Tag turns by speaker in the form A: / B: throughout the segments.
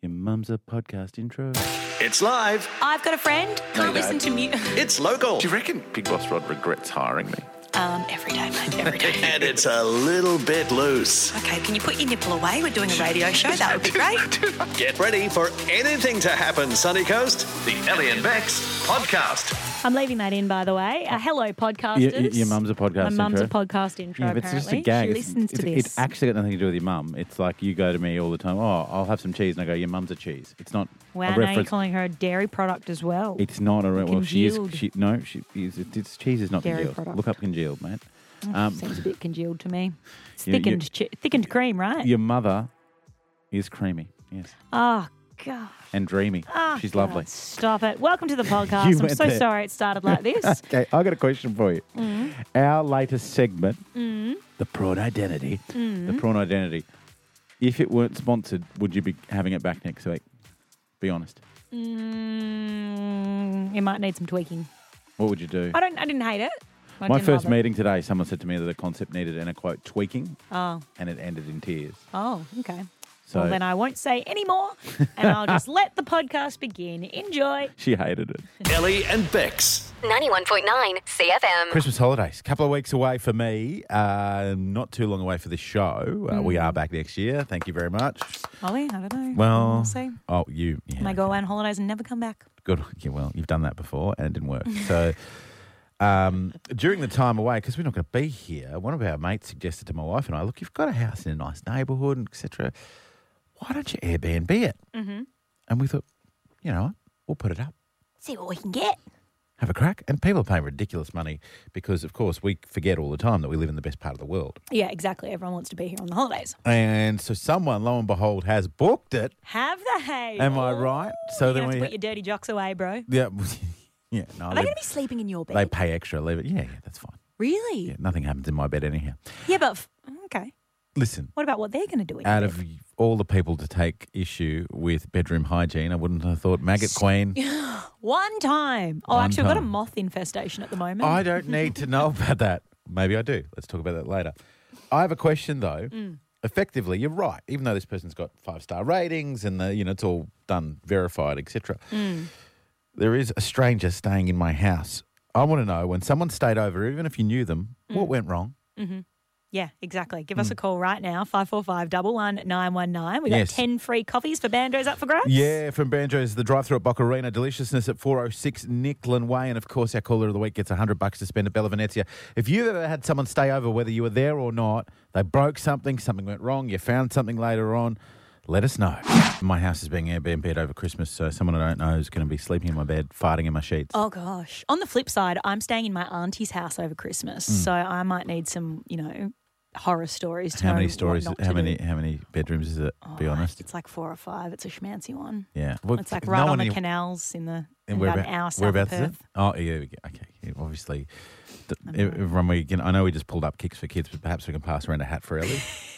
A: Your mum's a podcast intro.
B: It's live.
C: I've got a friend. Can't
B: no.
C: listen to music.
B: It's local.
D: Do you reckon Big Boss Rod regrets hiring me?
C: Um, every day, mate. Every day.
B: And it's a little bit loose.
C: Okay, can you put your nipple away? We're doing a radio show. That would be great.
B: Get ready for anything to happen, Sunny Coast. The Ellie and Bex podcast.
E: I'm leaving that in, by the way. Uh, hello,
A: Your,
E: podcasters.
A: your- your mum's a podcast
E: My
A: intro.
E: mum's a podcast intro.
A: Yeah, but
E: apparently,
A: it's just a gag.
E: She
A: It's-
E: listens
A: it's,
E: to
A: it's
E: this.
A: actually got nothing to do with your mum. It's like you go to me all the time. Oh, I'll have some cheese, and I go, "Your mum's a cheese." It's not
E: wow,
A: a
E: now you're
A: reference.
E: calling her a dairy product as well.
A: it's not a re- well. She is.
E: Congealed.
A: She no. She is. It's, it's cheese is not
E: Dairy
A: congealed.
E: product. Oh,
A: Look up congealed, mate. Um,
E: Seems a bit congealed to me. It's
A: You- you-
E: thickened, chi- thickened cream, right?
A: Your mother is creamy. Yes,
E: oh God.
A: and dreamy.
E: Ah,
A: She's
E: God,
A: lovely.
E: Stop it. Welcome to the
A: You
E: podcast. I'm
A: went
E: so
A: there.
E: sorry it started like this.
A: Okay, I got a question for you.
E: Mm.
A: Our latest segment, the prawn identity,
E: Mm.
A: the prawn identity. If it weren't sponsored, would you be having it back next week? Be honest.
E: mm, it might need some tweaking.
A: What would you do?
E: I don't. I didn't hate it. I
A: My
E: didn't
A: first
E: love it.
A: meeting today, someone said to me that the concept needed, and I quote, tweaking,
E: Oh.
A: and it ended in tears.
E: Oh. Okay.
A: So
E: well, then I won't say any more, and I'll just let the podcast begin. Enjoy.
A: she hated it.
B: Ellie and Bex.
F: 91.9 CFM.
A: Christmas holidays, a couple of weeks away for me, uh, not too long away for this show. Uh,
E: Mm.
A: We are back next year. Thank you very much.
E: Ollie, Oh, I don't know.
A: Well,
E: we'll see.
A: oh, you. Yeah,
E: May go away on holidays and never come back.
A: Good. Yeah, well, you've done that before and it didn't work. So um, during the time away, because we're not going to be here, one of our mates suggested to my wife and I, look, you've got a house in a nice neighbourhood, and etc. Why don't you Airbnb it? Mm-hmm. And we thought, you know what? We'll put it up,
E: See what we can get.
A: have a crack. And people are paying ridiculous money because, of course, we forget all the time that we live in the best part of the world.
E: Yeah, exactly. Everyone wants to be here on the holidays.
A: And so someone, lo and behold, has booked it.
E: Have the hay.
A: Am I right? So
E: You're
A: then
E: gonna have to
A: we.
E: put your dirty jocks away, bro. Are
A: yeah. yeah. No,
E: they
A: they,
E: going to be sleeping in your bed?
A: they pay extra, leave it. Yeah, yeah, that's fine.
E: really?
A: Yeah, nothing happens in my bed anyhow.
E: Yeah, but f- okay.
A: Listen,
E: What about what they're going to do? In
A: out
E: your
A: of all the people to take issue with bedroom hygiene, I wouldn't have thought maggot queen.
E: bed? one time. Oh,
A: One
E: actually, I've got a
A: time.
E: moth infestation at the moment.
A: I don't need to know about that. Maybe I do. Let's talk about that later. I have a question though. Effectively, you're right. Even though this person's got five star ratings and the, you know it's all done, verified, etc. There is a stranger staying in my house. I want to know when someone stayed over, even if you knew them, what went wrong?
E: Yeah, exactly. Give us a call right now, 545 11919. We've
A: Hmm. Yes.
E: got 10 free coffees for Bandos Up for Grabs.
A: Yeah, from Banjo's The Drive Through at Bocarina. Deliciousness at 406 Nicklin Way. And of course, our caller of the week gets 100 bucks to spend at Bella Venezia. If you've ever had someone stay over, whether you were there or not, they broke something, something went wrong, you found something later on, let us know. My house is being Airbnb'd over Christmas, so someone I don't know is going to be sleeping in my bed, farting in my sheets.
E: Oh gosh. On the flip side, I'm staying in my auntie's house over Christmas,
A: Hmm.
E: so I might need some, you know, horror stories to
A: how
E: know
A: many
E: what
A: stories,
E: not
A: how
E: to
A: many,
E: do. Oh,
A: how many bedrooms is it, be honest?
E: It's like four or five. It's a schmancy one.
A: Yeah.
E: It's like right on the canals in the in about an hour south of
A: whereabouts
E: Perth.
A: is it? Oh, yeah. we get- Okay. Yeah, Obviously, th- everyone we can. I know we just pulled up kicks for kids, but perhaps we can pass around a hat for Ellie.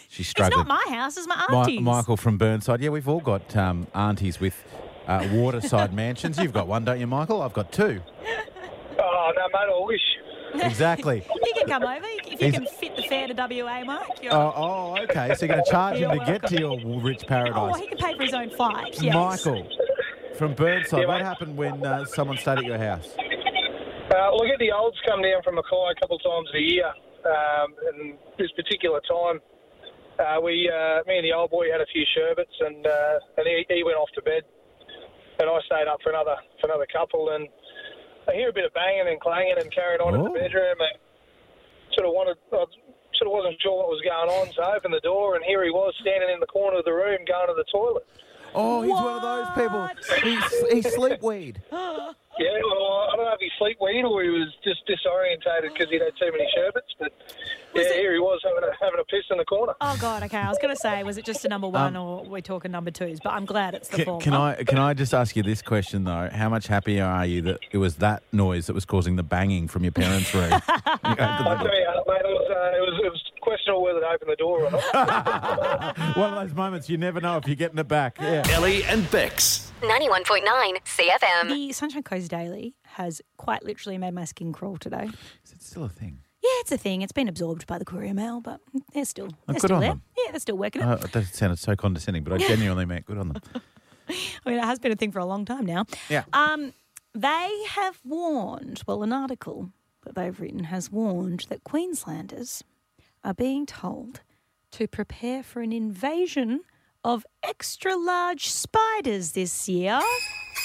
A: She's
E: It's
A: struggling.
E: not my house, it's my
A: Mi-
E: auntie's.
A: Michael from Burnside. Yeah, we've all got um, aunties with uh, waterside mansions. You've got one, don't you, Michael? I've got two.
G: Oh, no, mate, I wish.
A: Exactly.
E: You can come over if you
A: He's-
E: can fit the fare to WA, Mike. You're,
A: oh, oh, okay. So you're going to charge him to get to your rich
E: oh,
A: paradise.
E: he can pay for his own flight. Oh, Yes.
A: Michael from Burnside. what happened when uh, someone stayed at your house?
G: Uh, well, I get the olds come down from Mackay a couple of times a year. Um, and this particular time, uh, we, uh, me and the old boy had a few sherbets, and uh, and he, he went off to bed, and I stayed up for another for another couple, and I hear a bit of banging and clanging and carrying on in
A: Oh.
G: the bedroom, and sort of wanted, I sort of wasn't sure what was going on, so I opened the door, and here he was standing in the corner of the room going to the toilet.
A: Oh, he's one of those people. He, he sleepweed.
G: Yeah, well, I don't know if he sleep weed or he was just disorientated because he'd had too many sherbets, but yeah,
E: it-
G: here he was having a, having a piss in the corner.
E: Oh God, okay. I was going to say, was it just a number one or we're talking number twos? But I'm glad it's the
A: Um, Can,
E: former.
A: can I can I just ask you this question though? How much happier are you that it was that noise that was causing the banging from your parents' room? You opened the
G: I tell
A: door.
G: you, mate, it was, uh, it was it was questionable whether to open the door or not.
A: One of those moments you never know if you're getting it back. Yeah.
B: Ellie and Bex.
F: 91.9 CFM.
E: The Sunshine Coast Daily has quite literally made my skin crawl today.
A: Is it still a thing?
E: Yeah, it's a thing. It's been absorbed by the Courier Mail, but they're still they're
A: Oh, good
E: still
A: on
E: there.
A: them. Uh,
E: Yeah, they're still working it.
A: Oh, that sounded so condescending, but I genuinely meant good on them.
E: I mean, it has been a thing for a long time now.
A: Yeah.
E: Um, they have warned, well, an article that they've written has warned that Queenslanders are being told to prepare for an invasion of extra large spiders this year.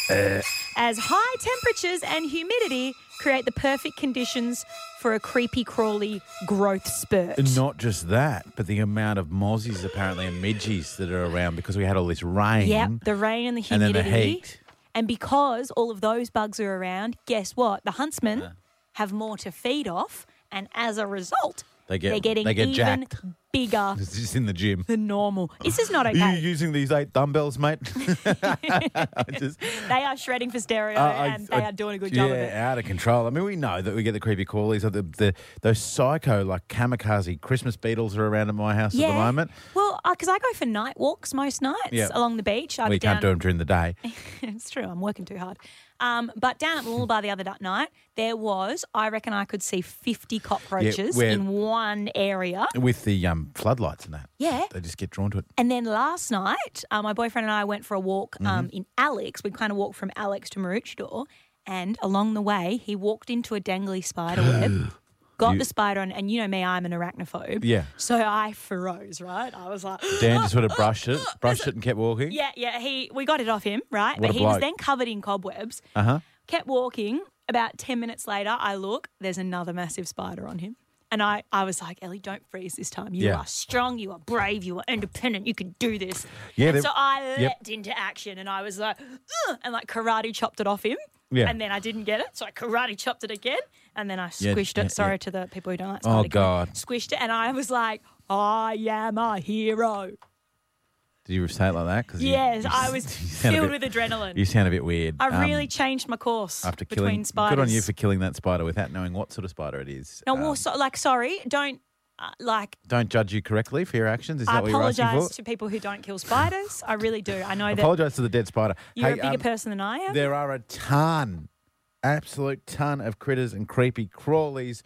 E: As high temperatures and humidity create the perfect conditions for a creepy crawly growth spurt.
A: And Not just that, but the amount of mozzies apparently and midgies that are around because we had all this rain.
E: Yep, the rain and the
A: And then
E: humidity.
A: the heat.
E: And because all of those bugs are around, guess what? The huntsmen have more to feed off, and as a result,
A: They get-
E: they're getting
A: they get
E: even
A: jacked.
E: bigger
A: It's just in the gym.
E: than normal. This is not
A: Are
E: okay.
A: you using these eight dumbbells, mate? I just-
E: they are shredding for stereo,
A: Uh, I-
E: and they
A: I-
E: are doing a good
A: yeah,
E: job of it.
A: out of control. I mean, we know that we get the creepy crawlies or the, the those psycho like kamikaze Christmas beetles are around at my house at the moment.
E: Well, because I go for night walks most nights
A: Yeah.
E: along the beach. I've
A: we can't do them during the day.
E: it's true. I'm working too hard. Um, but down at Mooloolaba the other da- night, there was, I reckon I could see 50 cockroaches
A: where-
E: in one area.
A: With the um, floodlights and that.
E: Yeah.
A: They just get drawn to it.
E: And then last night, uh, my boyfriend and I went for a walk um, in Alex. We kind of walked from Alex to Maroochydore. And along the way, he walked into a dangly spider web, got the spider on. And you know me, I'm an arachnophobe.
A: Yeah.
E: So I froze, right? I was like,
A: Dan just sort of brushed it, brushed it and kept walking.
E: yeah, yeah. He We got it off him, right?
A: What
E: but
A: a
E: he was
A: bloke.
E: then covered in cobwebs. Uh
A: Uh-huh.
E: Kept walking. About 10 minutes later, I look, there's another massive spider on him. And I, I was like, Ellie, don't freeze this time. You
A: Yeah.
E: are strong, you are brave, you are independent, you can do this.
A: Yeah,
E: And
A: they-
E: so I
A: yep.
E: leapt into action and I was like, "Ugh," and like karate chopped it off him.
A: Yeah.
E: And then I didn't get it. So I karate chopped it again. And then I
A: Yeah,
E: squished
A: yeah,
E: it. Sorry
A: yeah.
E: to the people who don't like
A: Oh,
E: spider colour.
A: God.
E: Squished it. And I was like, I am a hero.
A: Did you say it like that? 'Cause you-
E: Yes,
A: you
E: I
A: s-
E: was
A: you sound a
E: filled
A: bit-
E: with adrenaline.
A: You sound a bit weird.
E: I
A: Um,
E: really changed my course
A: after
E: between
A: killing.
E: spiders.
A: Good on you for killing that spider without knowing what sort of spider it is.
E: No, well,
A: Um,
E: so, like, sorry, don't uh, like.
A: don't judge you correctly for your actions. Is
E: I
A: that what you're asking for?
E: apologize to people who don't kill spiders. I really do. I know that
A: apologize to the dead spider.
E: you're a
A: Hey,
E: bigger
A: um,
E: person than I am.
A: There are a ton, absolute ton of critters and creepy crawlies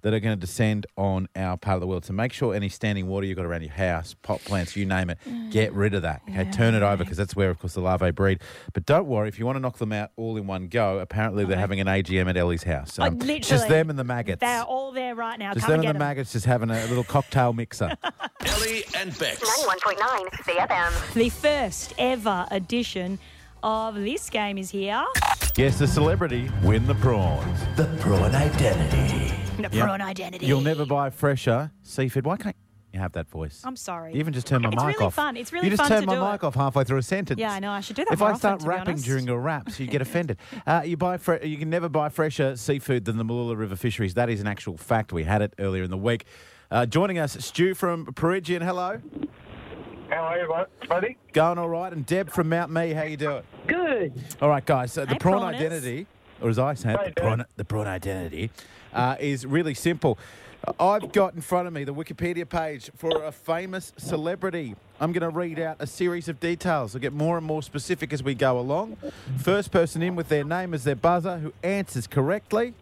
A: that are going to descend on our part of the world. So make sure any standing water you've got around your house, pot plants, you name it,
E: Mm.
A: get rid of that. Okay, turn it over because that's where, of course, the larvae breed. But don't worry, if you want to knock them out all in one go, apparently they're having an AGM at Ellie's house.
E: I
A: Um,
E: Uh-huh. Oh, literally,
A: it's just them and the maggots.
E: They're all there right now.
A: just
E: Come
A: them
E: and
A: and the
E: get 'em.
A: maggots just having a little cocktail mixer.
B: Ellie and Bex.
F: 91.9 CFM.
E: The first ever edition of this game is here.
A: yes, the celebrity win the prawns.
H: The prawn identity.
E: The
A: Yeah.
E: prawn identity.
A: You'll never buy fresher seafood. Why can't you have that voice?
E: I'm sorry.
A: You even just turn my
E: It's
A: mic
E: really
A: off.
E: fun. It's really
A: You just
E: fun
A: turn
E: to
A: my
E: do
A: mic
E: it.
A: off halfway through a sentence.
E: Yeah, I know. I should do that
A: If
E: more
A: I start
E: often, to be
A: rapping
E: honest.
A: during a rap, so you get offended. Uh, you buy fre- you can never buy fresher seafood than the Malula River Fisheries. That is an actual fact. We had it earlier in the week. Uh, joining us, Stu from Perigian. Hello,
G: How are you, buddy?
A: going all right, and Deb from Mount Me. How you doing?
G: Good.
A: All right, guys. So the
E: Hey,
A: prawn
E: prawners.
A: identity, or as I say, it,
G: Hey,
A: the
G: Deb.
A: prawn, the prawn identity, uh, is really simple. Uh, I've got in front of me the Wikipedia page for a famous celebrity. I'm going to read out a series of details. I'll get more and more specific as we go along. First person in with their name as their buzzer who answers correctly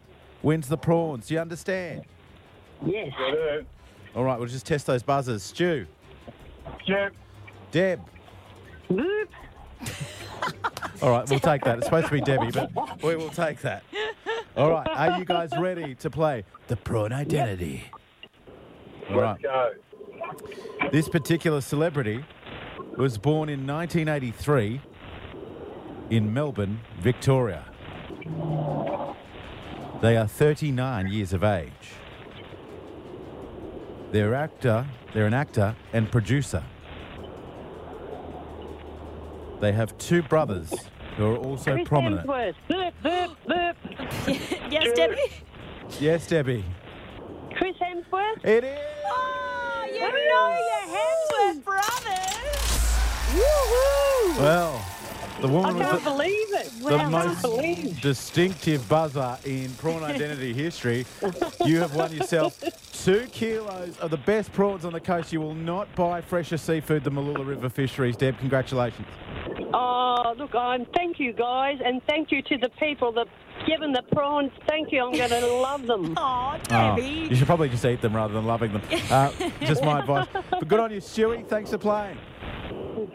A: wins the prawns. Do you understand?
I: Yes.
A: All right, we'll just test those buzzers. Stu,
G: Yeah.
A: Deb.
I: Whoop.
A: All right, we'll take that. It's supposed to be Debbie, but we will take that. All right, are you guys ready to play the prawn identity? All right.
G: Go.
A: This particular celebrity was born in 1983 in Melbourne, Victoria. They are 39 years of age. They're actor, they're an actor and producer. They have two brothers who are also
I: Chris
A: prominent.
I: Hemsworth. Whoop, whoop, whoop.
E: yes, Debbie.
A: Yes, Debbie.
I: Chris Hemsworth.
A: It is.
E: Oh, you know your Hemsworth brothers.
I: Woohoo!
A: Well, the
I: I
A: woman
I: can't
A: with the,
I: believe it.
A: the
I: I can't
E: oh,
I: believe.
A: most distinctive buzzer in prawn identity history. You have won yourself two kilos of the best prawns on the coast. You will not buy fresher seafood than Malula River Fisheries. Deb, congratulations.
I: Oh, look, I'm. Thank you guys, and thank you to the people that given the prawns. Thank you. I'm going to love them.
E: Oh,
A: Oh,
E: Debbie.
A: you should probably just eat them rather than loving them. Uh, just my advice. But good on you, Stewie. Thanks for playing.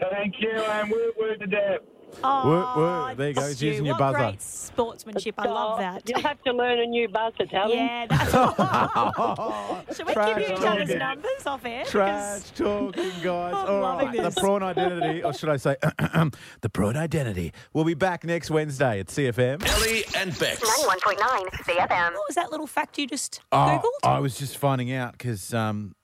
G: Thank you, and we're, we're to Deb.
A: Woo, woo.
E: Oh,
A: There you go. He's
E: Stu,
A: using your
E: what
A: buzzer.
E: Great sportsmanship. I love that.
I: You'll have to learn a new buzzer, Tally.
E: Yeah, that's Should we
A: Trash
E: give you each other's
A: talking.
E: numbers off air?
A: Trash talking, guys.
E: I'm
A: All
E: loving
A: right. The
E: this.
A: prawn identity, or should I say, the prawn identity. We'll be back next Wednesday at CFM.
B: Ellie and Bex.
F: 91.9 CFM.
E: What was that little fact you just
A: Oh,
E: Googled?
A: I was just finding out because um,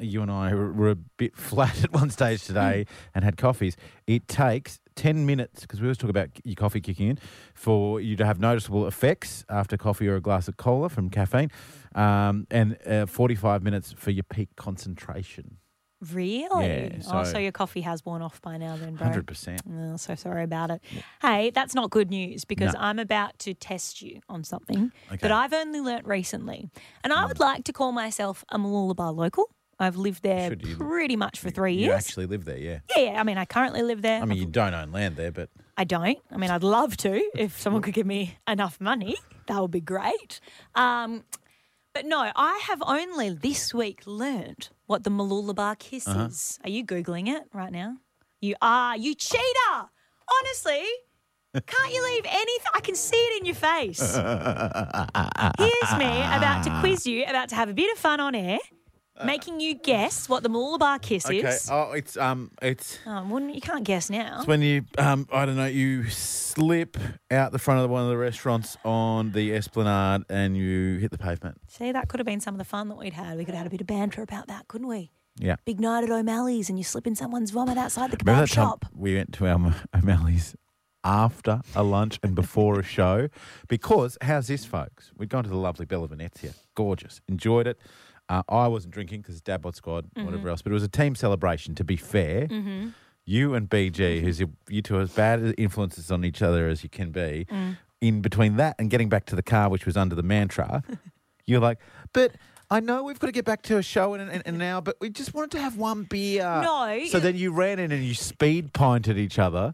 A: you and I were, were a bit flat at one stage today
E: Hmm.
A: and had coffees. It takes 10 minutes, because we always talk about your coffee kicking in, for you to have noticeable effects after coffee or a glass of cola from caffeine, um, and uh, 45 minutes for your peak concentration.
E: Really?
A: Yeah,
E: oh,
A: so-
E: so your coffee has worn off by now, then, bro.
A: 100%.
E: Oh, so sorry about it. Hey, that's not good news because
A: No.
E: I'm about to test you on something
A: Okay. Hmm.
E: that I've only learnt recently. And I would like to call myself a Mooloolaba local. I've lived there
A: should, you-
E: pretty much for three
A: You
E: years.
A: actually live there, yeah.
E: yeah, yeah, I mean, I currently live there.
A: I mean, you don't own land there, but
E: I don't. I mean, I'd love to. If someone could give me enough money, that would be great. Um, but no, I have only this week learnt what the Malulabar kiss is. Are you Googling it right now? You are. You cheater! Honestly, can't you leave anything? I can see it in your face. Here's me about to quiz you, about to have a bit of fun on air, making you guess what the Malulabar kiss is.
A: Oh, it's um, it's
E: Oh, wouldn't, you can't guess now.
A: when you um, I don't know, you slip out the front of one of the restaurants on the esplanade and you hit the pavement.
E: See, that could have been some of the fun that we'd had. We could have had a bit of banter about that, couldn't we?
A: Yeah.
E: Big night at O'Malley's and you slip in someone's vomit outside the
A: Remember
E: kebab
A: that time
E: shop.
A: we went to our O'Malley's after a lunch and before a show? Because, how's this, folks? We'd gone to the lovely Bella Venezia. Gorgeous. Enjoyed it. Uh, I wasn't drinking because Dad Bod Squad, whatever else, but it was a team celebration, to be fair. You and BG, who's your- you two are as bad influences on each other as you can be, in between that and getting back to the car, which was under the mantra, you're like, but. I know we've got to get back to a show in, in, in an hour, but we just wanted to have one beer.
E: No,
A: So
E: you-
A: then you ran in and you speed pinted each other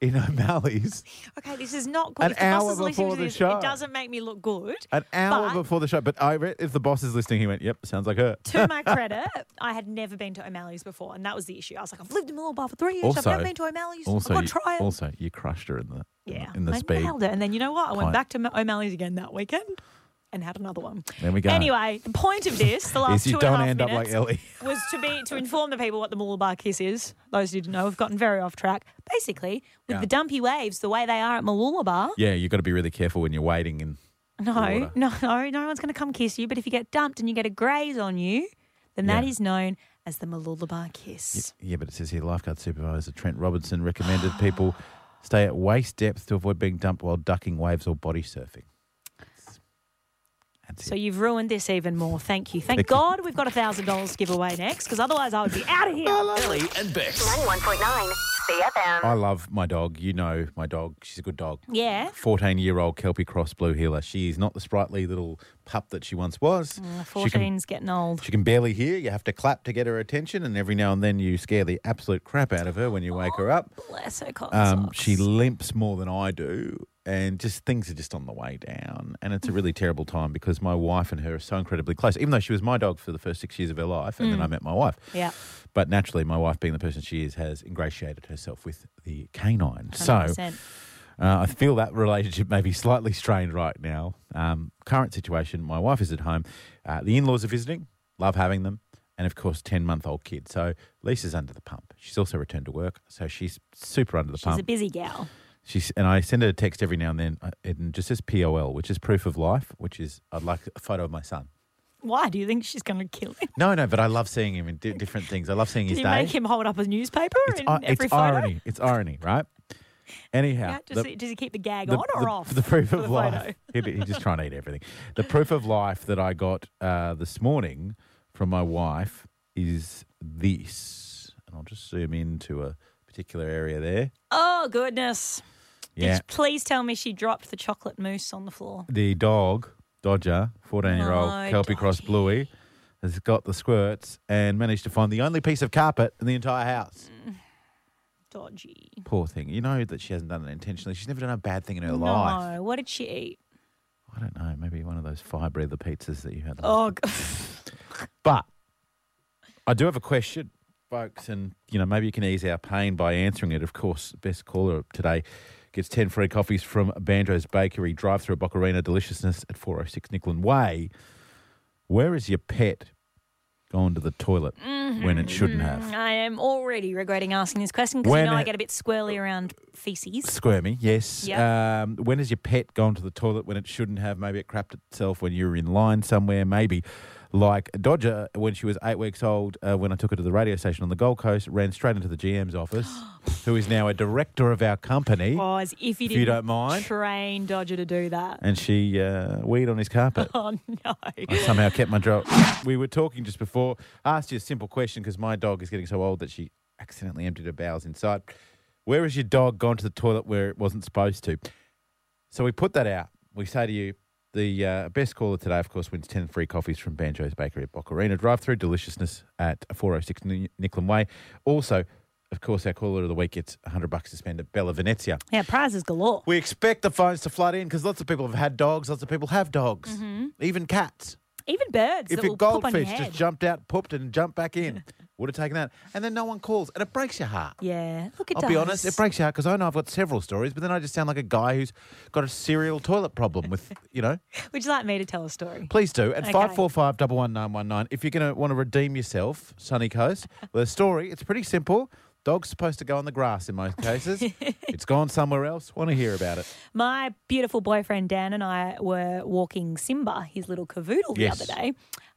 A: in O'Malley's
E: Okay, this is not good.
A: An
E: if the boss
A: hour
E: is listening
A: before
E: to
A: the
E: this,
A: show.
E: It doesn't make me look good.
A: an hour
E: But-
A: before the show. But I re- if the boss is listening, he went, "Yep, sounds like her."
E: to my credit, I had never been to O'Malley's before, and that was the issue. I was like, I've lived in Moolabar for three years. I've
A: Also-
E: never been to O'Malley's.
A: Also,
E: I've got
A: you,
E: to try it.
A: also you crushed her in the
E: yeah,
A: in the
E: I
A: speed.
E: nailed it. And then you know what? I
A: Pint.
E: went back to Mo- O'Malley's again that weekend and had another one.
A: There we go.
E: Anyway, the point of this, the
A: Yes,
E: last
A: you
E: two and a
A: don't
E: half
A: end up
E: minutes,
A: like Ellie.
E: was to be to inform the people what the Moolabar kiss is. Those who didn't know, we've gotten very off track. Basically, with
A: Yeah.
E: the dumpy waves, the way they are at Moolabar,
A: Yeah, you've got to be really careful when you're waiting. And water.
E: no, no, no, no one's going to come kiss you. But if you get dumped and you get a graze on you, then that
A: Yeah.
E: is known as the Moolabar kiss.
A: yeah, but it says here, lifeguard supervisor Trent Robertson recommended people stay at waist depth to avoid being dumped while ducking waves or body surfing. That's
E: So
A: it.
E: you've ruined this even more. Thank you.
A: Thank
E: Thank
A: you.
E: God we've got a thousand dollars to give away next, because otherwise I would be out of here.
B: Ellie and Bex.
F: 91.9 CFM.
A: I love my dog. You know my dog. She's a good dog.
E: Yeah.
A: 14 year old Kelpie Cross Blue Heeler. She is not the sprightly little pup that she once was. she, can,
E: 14's getting old.
A: she can barely hear. You have to clap to get her attention, and every now and then you scare the absolute crap out of her when you wake her up.
E: Bless her cotton
A: Um,
E: socks.
A: she limps more than I do, and just things are just on the way down. And it's a really terrible time because my wife and her are so incredibly close, even though she was my dog for the first six years of her life, and then I met my wife.
E: Yeah.
A: But naturally, my wife, being the person she is, has ingratiated herself with the canine. So
E: 100%.
A: uh, I feel that relationship may be slightly strained right now. Um, current situation my wife is at home. Uh, the in laws are visiting, love having them. And of course, 10 month old kid. So Lisa's under the pump. She's also returned to work. So she's super under the
E: she's
A: pump.
E: a busy gal.
A: She's, and I send her a text every now and then. uh, And just says POL, which is proof of life, which is I'd like a photo of my son.
E: Why do you think she's going to kill him?
A: No, no, but I love seeing him in di- different things. I love seeing
E: Did
A: his
E: you
A: day.
E: make him hold up a newspaper
A: it's
E: in
A: i-
E: every
A: it's
E: photo?
A: irony. It's irony, right? Anyhow,
E: Yeah, does,
A: the-
E: he, does he keep the gag
A: the,
E: on or
A: the-
E: off?
A: The proof
E: for
A: of
E: the photo?
A: life. He, he just trying to eat everything. The proof of life that I got uh, this morning from my wife is this, and I'll just zoom into a particular area there.
E: Oh, goodness. Did
A: Yeah,
E: you please tell me she dropped the chocolate mousse on the floor?
A: the dog Dodger, fourteen-year-old
E: No,
A: Kelpie Cross
E: doggy.
A: Bluey, has got the squirts and managed to find the only piece of carpet in the entire house.
E: Mm. Dodgy.
A: Poor thing. You know that she hasn't done it intentionally. She's never done a bad thing in her
E: No,
A: life.
E: what did she eat?
A: I don't know. Maybe one of those fire breather pizzas that you had. last
E: Oh, g-
A: But I do have a question folks, and you know maybe you can ease our pain by answering it. Of course, best caller today gets ten free coffees from Banjo's Bakery, drive through Bocarina Deliciousness at four oh six Nicklin Way. Where is your pet gone to the toilet when it shouldn't have?
E: I am already regretting asking this question because
A: When
E: you know I
A: it-
E: get a bit squirrely around feces.
A: Squirmy, yes.
E: Yep.
A: Um, when has your pet gone to the toilet when it shouldn't have? Maybe it crapped itself when you were in line somewhere. Maybe, like Dodger, uh, when she was eight weeks old, uh, when I took her to the radio station on the Gold Coast, ran straight into the GM's office, who is now a director of our company,
E: Oh, as if you
A: If you
E: didn't
A: don't mind.
E: train Dodger to do that.
A: and she uh, weed on his carpet.
E: Oh no.
A: I somehow kept my job. We were talking just before. I asked you a simple question because my dog is getting so old that she accidentally emptied her bowels inside. Where has your dog gone to the toilet where it wasn't supposed to? So we put that out. We say to you, the uh, best caller today, of course, wins 10 free coffees from Banjo's Bakery at Bocarina. Drive through deliciousness at 406 Ni- Nicklin Way. Also, of course, our caller of the week gets 100 bucks to spend at Bella Venezia.
E: Yeah, prizes galore.
A: We expect the phones to flood in because lots of people have had dogs, lots of people have dogs, even cats
E: Even birds
A: if
E: that
A: your
E: will poop on your
A: goldfish
E: head.
A: just jumped out, pooped, and jumped back in, would have taken that. And then no one calls, and it breaks your heart.
E: yeah, look at
A: I'll be honest, it breaks your heart because I know I've got several stories, but then I just sound like a guy who's got a serial toilet problem with, you know.
E: Would you like me to tell a story?
A: Please do. At
E: Okay.
A: 545 11919, if you're going to want to redeem yourself, Sunny Coast, with a story, it's pretty simple. Dog's supposed to go on the grass in most cases. it's gone somewhere else. Want to hear about it.
E: My beautiful boyfriend Dan and I were walking Simba, his little cavoodle,
A: Yes.
E: the other day.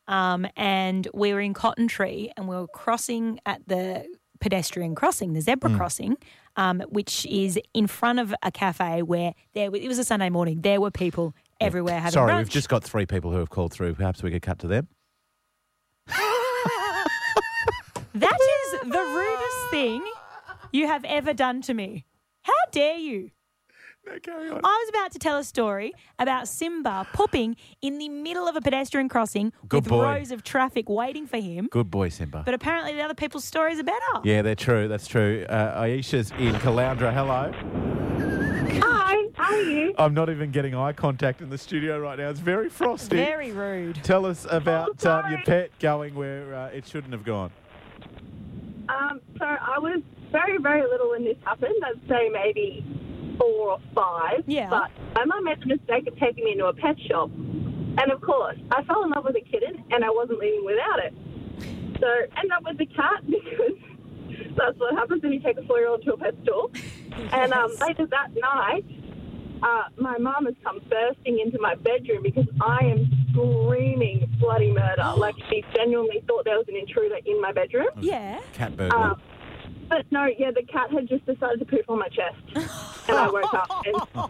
E: Um, and we were in Cotton Tree and we were crossing at the pedestrian crossing, the zebra
A: Mm.
E: crossing, um, which is in front of a cafe where there it was a Sunday morning. There were people everywhere having
A: Oh, Sorry,
E: brunch.
A: we've just got three people who have called through. Perhaps we could cut to them.
E: That is the rudest thing you have ever done to me. How dare you? I was about to tell a story about Simba popping in the middle of a pedestrian crossing
A: Good
E: with
A: boy.
E: rows of traffic waiting for him,
A: Good boy, Simba.
E: but apparently the other people's stories are better.
A: Yeah, they're true. That's true. Uh, Aisha's in Caloundra. Hello.
I: Hi, how are you?
A: I'm not even getting eye contact in the studio right now. It's very frosty.
E: Very rude.
A: Tell us about
I: Oh,
A: um, your
I: sorry.
A: pet going where uh, it shouldn't have gone.
I: Um, so I was very, very little when this happened. I'd say maybe four or five.
E: Yeah.
I: But my mum made the mistake of taking me into a pet shop. And of course, I fell in love with a kitten and I wasn't leaving without it. So end up with the cat because that's what happens when you take a four year old to a pet store. And um, later that night, uh, my mum has come bursting into my bedroom because I am screaming bloody murder. Like she genuinely thought there was an intruder in my bedroom.
E: Yeah.
A: Cat burglar.
E: Ah,
I: Um, But no, yeah, the cat had just decided to poop on my chest, and I woke up and,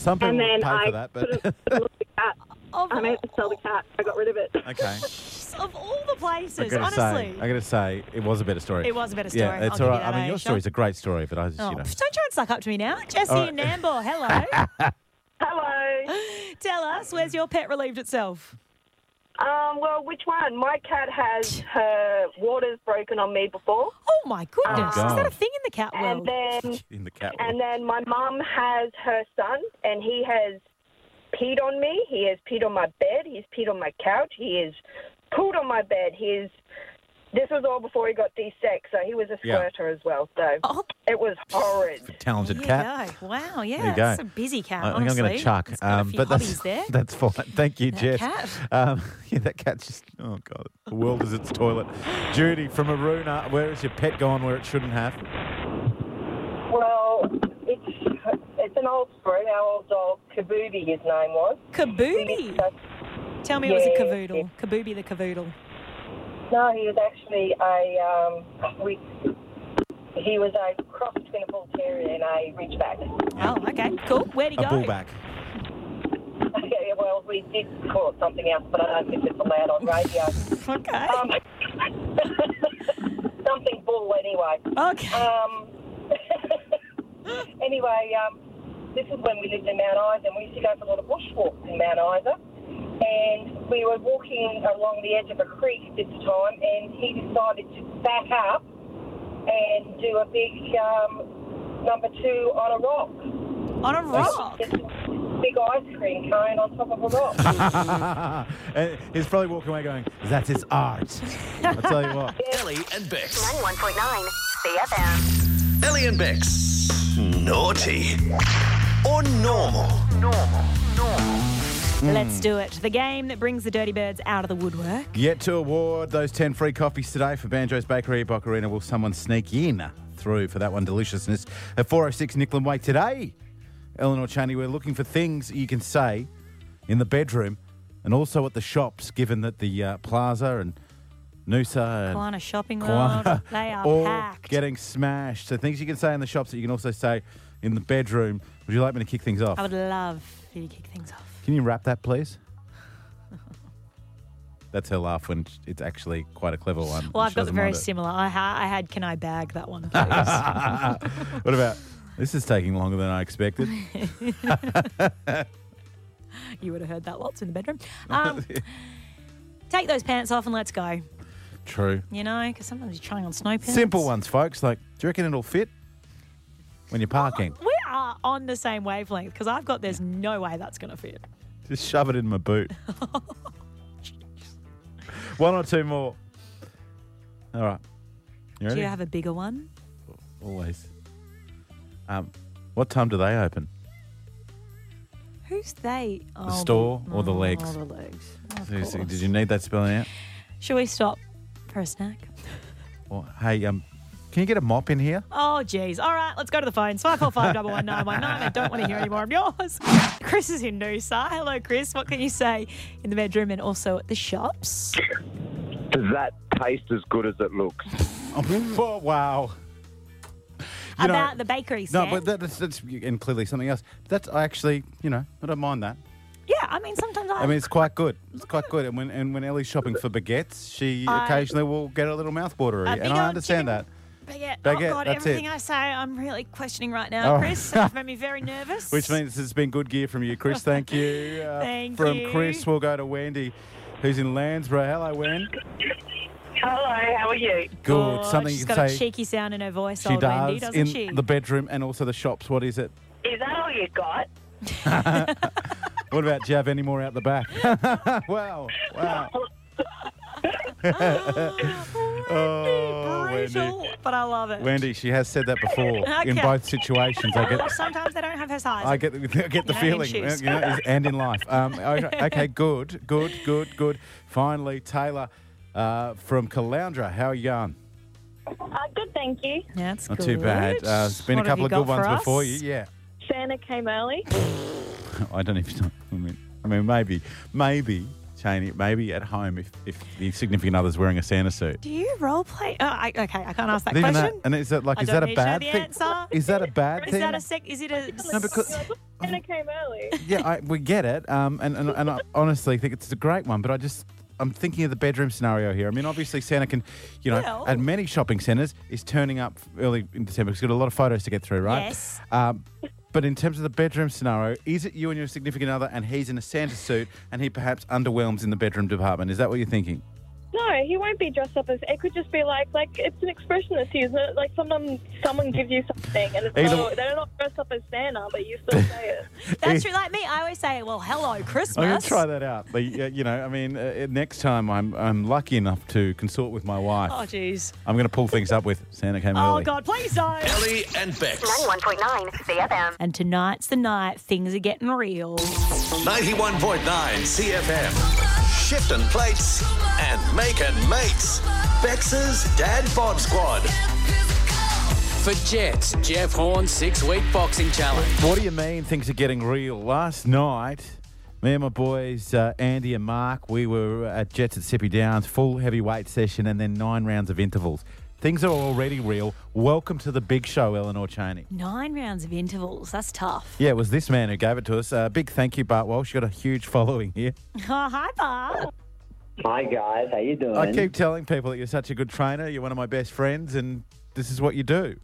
A: Some people
I: and then
A: would pay
I: I
A: for that, but
I: couldn't look at the cat.
E: Of,
I: I made to sell the cat. I got rid of it.
A: okay.
E: of all the
A: I
E: places,
A: gotta say,
E: honestly.
A: I gotta say, it was a better story.
E: It was a better
A: Yeah,
E: story.
A: it's
E: I'll
A: all
E: give
A: right.
E: you that,
A: I mean, your
E: Aisha.
A: story's a great story, but I just,
E: Oh,
A: you know,
E: don't try and suck up to me now. Jesse
A: All right.
E: and Nambour, hello.
J: Hello.
E: Tell us, where's your pet relieved itself?
J: Um, well, which one? My cat has her waters broken on me before,
E: Oh my goodness. is that a
A: God.
E: thing in the cat
J: and
E: world?
J: then
A: in the cat.
J: and
A: world.
J: then my mum has her son, and he has peed on me. He has peed on my bed. He's peed on my couch. He has pulled on my bed. He's this was all before he got de-sexed, so he was a
A: Yeah.
J: squirter as well. So
E: Oh.
J: it was horrid.
A: Talented
E: There you
A: cat.
E: go. Wow, yeah.
A: There you go.
E: It's a busy cat.
A: Uh, I think I'm going
E: honestly.
A: to chuck. um,
E: It's got a few
A: but that's
E: hobbies there.
A: that's fine. Thank you,
E: That
A: Jess.
E: cat.
A: Um, yeah, that cat's just oh god, the world is its toilet. Judy from Aruna, where is your pet gone where it shouldn't have?
J: Well, it's it's an old story. Our old dog Kabooby, his name was.
E: Kabooby. Tell me it was a
J: Yeah,
E: cavoodle. Kabooby the cavoodle.
J: No, he was actually a um, we, he was a cross between a bull terrier and a ridgeback.
E: Oh, okay. Cool. Where'd he
A: A
E: go?
A: bullback.
J: Okay, well, we did call it something else, but I don't think it's allowed on radio.
E: Okay.
J: Um, something bull, anyway.
E: okay.
J: Um, anyway, um, this is when we lived in Mount Isa, and we used to go for a lot of bushwalks in Mount Isa. And we were walking along the edge of a creek at the time, and he decided to back up and do a big um, Mm. number two on a rock.
E: On a rock.
J: Just- big ice cream cone on top of a rock.
A: and he's probably walking away going, that is art. I'll tell you what.
B: Ellie and Bex.
F: 91.9 CFM.
B: Ellie and Bex. Naughty or normal?
E: Let's do it. The game that brings the dirty birds out of the woodwork.
A: Yet to award those 10 free coffees today for Banjo's Bakery, Bocarina. Will someone sneak in through for that one deliciousness at 406 Nicklin Way today? Eleanor Chaney, we're looking for things you can say in the bedroom and also at the shops, given that the uh, plaza and Noosa and
E: Kiwana Shopping World.
A: Kiwana
E: They are
A: all
E: packed.
A: getting smashed. So things you can say in the shops that you can also say in the bedroom. Would you like me to kick things off?
E: I would love for you to kick things off.
A: Can you wrap that, please? That's her laugh when sh- it's actually quite a clever one.
E: Well,
A: and she
E: I've got the
A: doesn't
E: very
A: mind it.
E: similar. I, ha- I had, can I bag that one, please?
A: What about this? Is taking longer than I expected.
E: you would have heard that lots in the bedroom. Um, take those pants off and let's go.
A: True.
E: You know, because sometimes you're trying on snow pants.
A: Simple ones, folks. Like, do you reckon it'll fit when you're parking?
E: We are on the same wavelength because I've got there's no way that's going to fit.
A: Just shove it in my boot. one or two more. All right. You ready?
E: Do you have a bigger one?
A: Always. Um, what time do they open?
E: Who's they? Oh,
A: store or the
E: oh,
A: legs?
E: the legs. Of
A: Did you-
E: course.
A: Did you need that spelling out?
E: Shall we stop for a snack?
A: Well, hey, um, can you get a mop in here?
E: Oh, geez. All right, let's go to the phones. 545 I don't want to hear any more of yours. Chris is in Noosa. Hello, Chris. What can you say in the bedroom and also at the shops?
K: Does that taste as good as it looks?
A: Oh, wow. You know-
E: About the bakery
A: No,
E: stand.
A: but that, that's, that's and clearly something else. That's I actually, you know, I don't mind that.
E: yeah, I mean, sometimes I,
A: I mean, it's quite good. It's quite good. And when and when Ellie's shopping for baguettes, she
E: I-
A: occasionally will get a little mouthwatery,
E: I
A: and
E: think
A: I
E: I'll
A: understand
E: chicken-
A: that.
E: baguette.
A: baguette,
E: oh, God,
A: that's
E: everything
A: it.
E: I say, I'm really questioning right now,
A: Oh.
E: Chris. It's made me very nervous.
A: Which means it's been good gear from you, Chris. Thank you. Uh,
E: Thank
A: from
E: you.
A: Chris, we'll go to Wendy, who's in Landsborough. Hello, Wen.
J: Hello, how are you?
A: Good.
E: Oh,
A: Something
E: she's
A: you
E: got
A: can
E: a
A: say.
E: cheeky sound in her voice,
A: She
E: old Wendy,
A: does
E: doesn't
A: in
E: she?
A: the bedroom and also the shops. What is it?
J: Is that all you got?
A: What about do you have any more out the back? wow, wow. oh,
E: Brutal,
A: Wendy.
E: but I love it.
A: Wendy, she has said that before in
E: Okay.
A: both situations. I get,
E: Sometimes they don't have her size.
A: I get, the- I get the
E: You know, in
A: feeling,
E: shoes.
A: you know, is- and in life. Um, okay, okay, good, good, good, good. Finally, Taylor uh, from Caloundra. How are you going?
L: Uh, good, thank you.
E: That's
A: Not
E: good.
A: too bad. Uh, it's been
E: What
A: a
E: have
A: couple
E: you
A: of good
E: got
A: ones
E: for
A: before
E: us?
A: you. Yeah,
L: Santa came early.
A: I don't even know. I mean, I mean, maybe, maybe, Cheney, maybe at home if, if the significant other's wearing a Santa suit.
E: Do you role play? Oh, I, okay, I can't ask that
A: Even
E: question.
A: and is that like
E: I
A: is
E: don't
A: that a
E: need to know
A: bad
E: the
A: thing?
E: answer.
A: Is that a bad
E: Is
A: thing?
E: that a sec? Is it a?
A: no, because
L: Santa came early.
A: yeah, I, we get it, um, and, and and I honestly think it's a great one. But I just I'm thinking of the bedroom scenario here. I mean, obviously Santa can, you know,
E: Well-
A: at many shopping centres is turning up early in December. He's got a lot of photos to get through, right?
E: Yes.
A: Um, but in terms of the bedroom scenario, is it you and your significant other, and he's in a Santa suit, and he perhaps underwhelms in the bedroom department? Is that what you're thinking?
L: No, he won't be dressed up as. It could just be like, like it's an expression that's used. isn't it? Like sometimes someone gives you something, and it's
A: Either-
L: not, they're not dressed up as Santa, but you still say it.
E: that's true. Like me, I always say, "Well, hello, Christmas."
A: I'm going to try that out. But, y- you know, I mean, uh, next time I'm, I'm lucky enough to consort with my wife.
E: Oh, jeez.
A: I'm going to pull things up with Santa came
E: Oh
A: early.
E: God, please don't.
B: Ellie and Bex.
F: 91.9 CFM.
E: And tonight's the night. Things are getting real.
B: 91.9 CFM. Shifting plates and making mates. Bex's Dad Bod Squad.
M: For Jets, Jeff Horn six week boxing challenge.
A: What do you mean things are getting real? Last night, me and my boys, uh, Andy and Mark, we were at Jets at Sippy Downs, full heavyweight session, and then nine rounds of intervals. Things are already real. Welcome to the big show, Eleanor Cheney.
E: Nine rounds of intervals. That's tough.
A: Yeah, it was this man who gave it to us. Uh, big thank you, Bart Walsh. You got a huge following here.
E: Oh, hi, Bart.
N: Hi guys, how you doing?
A: I keep telling people that you're such a good trainer. You're one of my best friends, and this is what you do.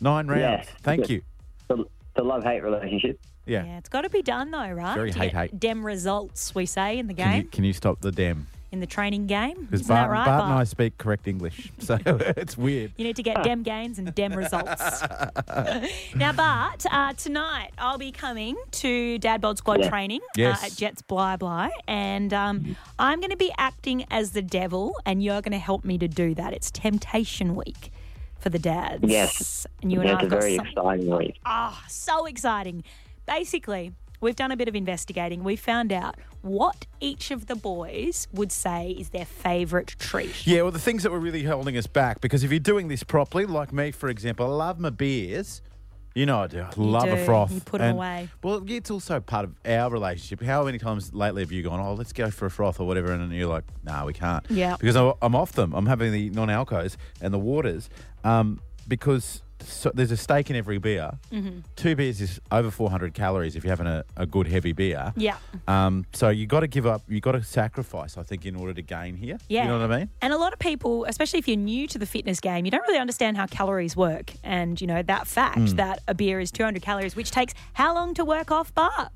A: Nine rounds.
N: Yeah.
A: Thank
N: Yeah.
A: you.
N: The, the love hate relationship.
A: Yeah.
E: Yeah, it's got to be done though, right?
A: Very
E: To
A: hate,
E: get
A: hate.
E: Dem results, we say in the
A: Can you,
E: game.
A: can you stop the dam?
E: In in the training game.
A: Because
E: Isn't
A: Bart,
E: that right,
A: Bart
E: Bart?
A: and I speak correct English, so it's weird.
E: You need to get dem gains and dem results. now, Bart, uh, tonight I'll be coming to Dad Bod Squad
A: Yeah.
E: training
A: Yes.
E: uh, at Jets Bly Bly, and
N: Mm-hmm.
E: um, I'm going to be acting as the devil, and you're going to help me to do that. It's Temptation Week for the dads.
N: Yes.
E: and you and
N: That's
E: I
N: a
E: have got
N: very
E: some-
N: exciting week.
E: Ah, so exciting. Basically, we've done a bit of investigating. We found out what each of the boys would say is their favourite treat.
A: Yeah, well, the things that were really holding us back, because if you're doing this properly, like me, for example, I love my beers. You know I do. I love
E: do.
A: a froth.
E: You put 'em
A: And,
E: away.
A: Well, it's also part of our relationship. How many times lately have you gone, oh, let's go for a froth or whatever, and then you're like, nah, we can't.
E: Yeah.
A: Because I- I'm off them. I'm having the non-alcos and the waters um, because so, there's a stake in every beer.
E: Mhm.
A: Two beers is over 400 calories if you're having a, a good heavy beer.
E: Yeah.
A: Um, so you got to give up. You got to sacrifice, I think, in order to gain here. You know what I mean?
E: And a lot of people, especially if you're new to the fitness game, you don't really understand how calories work. And, you know, that fact
A: Hmm.
N: Mm.
E: that a beer is 200 calories, which takes how long to work off, Bart?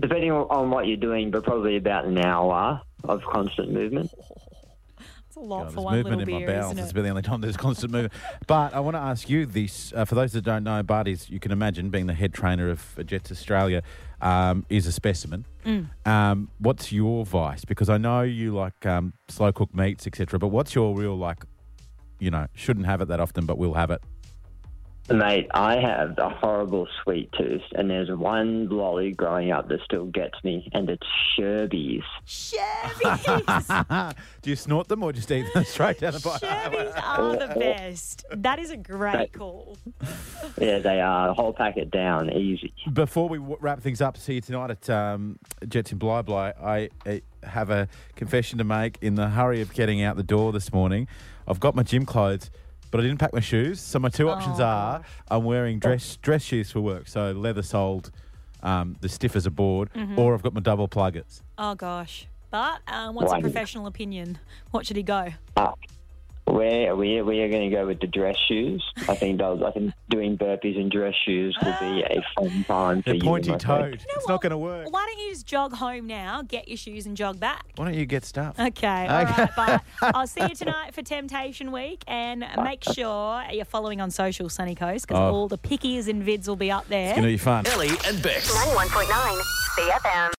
N: Depending on- on what you're doing, but probably about an hour of constant movement.
E: It's a lot
A: God,
E: for
A: there's
E: one
A: movement
E: little
A: in
E: beer,
A: my bowels.
E: isn't
A: It's
E: it?
A: been the only time there's constant movement. But I want to ask you this: uh, for those that don't know, Bart is you can imagine being the head trainer of uh, Jets Australia um, is a specimen.
E: Mm.
A: Um, what's your vice? Because I know you like um, slow cooked meats, etc. But what's your real like? You know, shouldn't have it that often, but we'll have it.
N: Mate, I have a horrible sweet tooth, and there's one lolly growing up that still gets me, and it's Sherby's.
A: Do you snort them or just eat them straight down the pipe?
E: Are the best. That is a great
N: Right.
E: call.
N: Yeah, they are. Whole packet down, easy.
A: Before we w- wrap things up, see you tonight at um, Jets in Bly Bly. I uh, have a confession to make. In the hurry of getting out the door this morning, I've got my gym clothes, but I didn't pack my shoes. So my two options
E: Oh.
A: are: I'm wearing dress dress shoes for work, so leather soled, um, the stiff as a board,
E: Mhm.
A: or I've got my double pluggers.
E: Oh, gosh. Bart, um, what's a
N: Wow.
E: professional opinion? What should he go?
N: We're, we're, we are going to go with the dress shoes. I think those, I think doing burpees in dress shoes will be a fun time for
A: They're
N: you.
A: pointy
N: my friend.
A: toed. it's not going to work.
E: Why don't you just jog home now, get your shoes and jog back?
A: Why don't you get stuffed?
E: Okay, all right, but I'll see you tonight for Temptation Week, and make sure you're following on social, Sunny Coast, because
A: Oh.
E: all the pickies and vids will be up there.
A: It's going to be fun.
B: Ellie and Bex.
F: 91.9 CFM.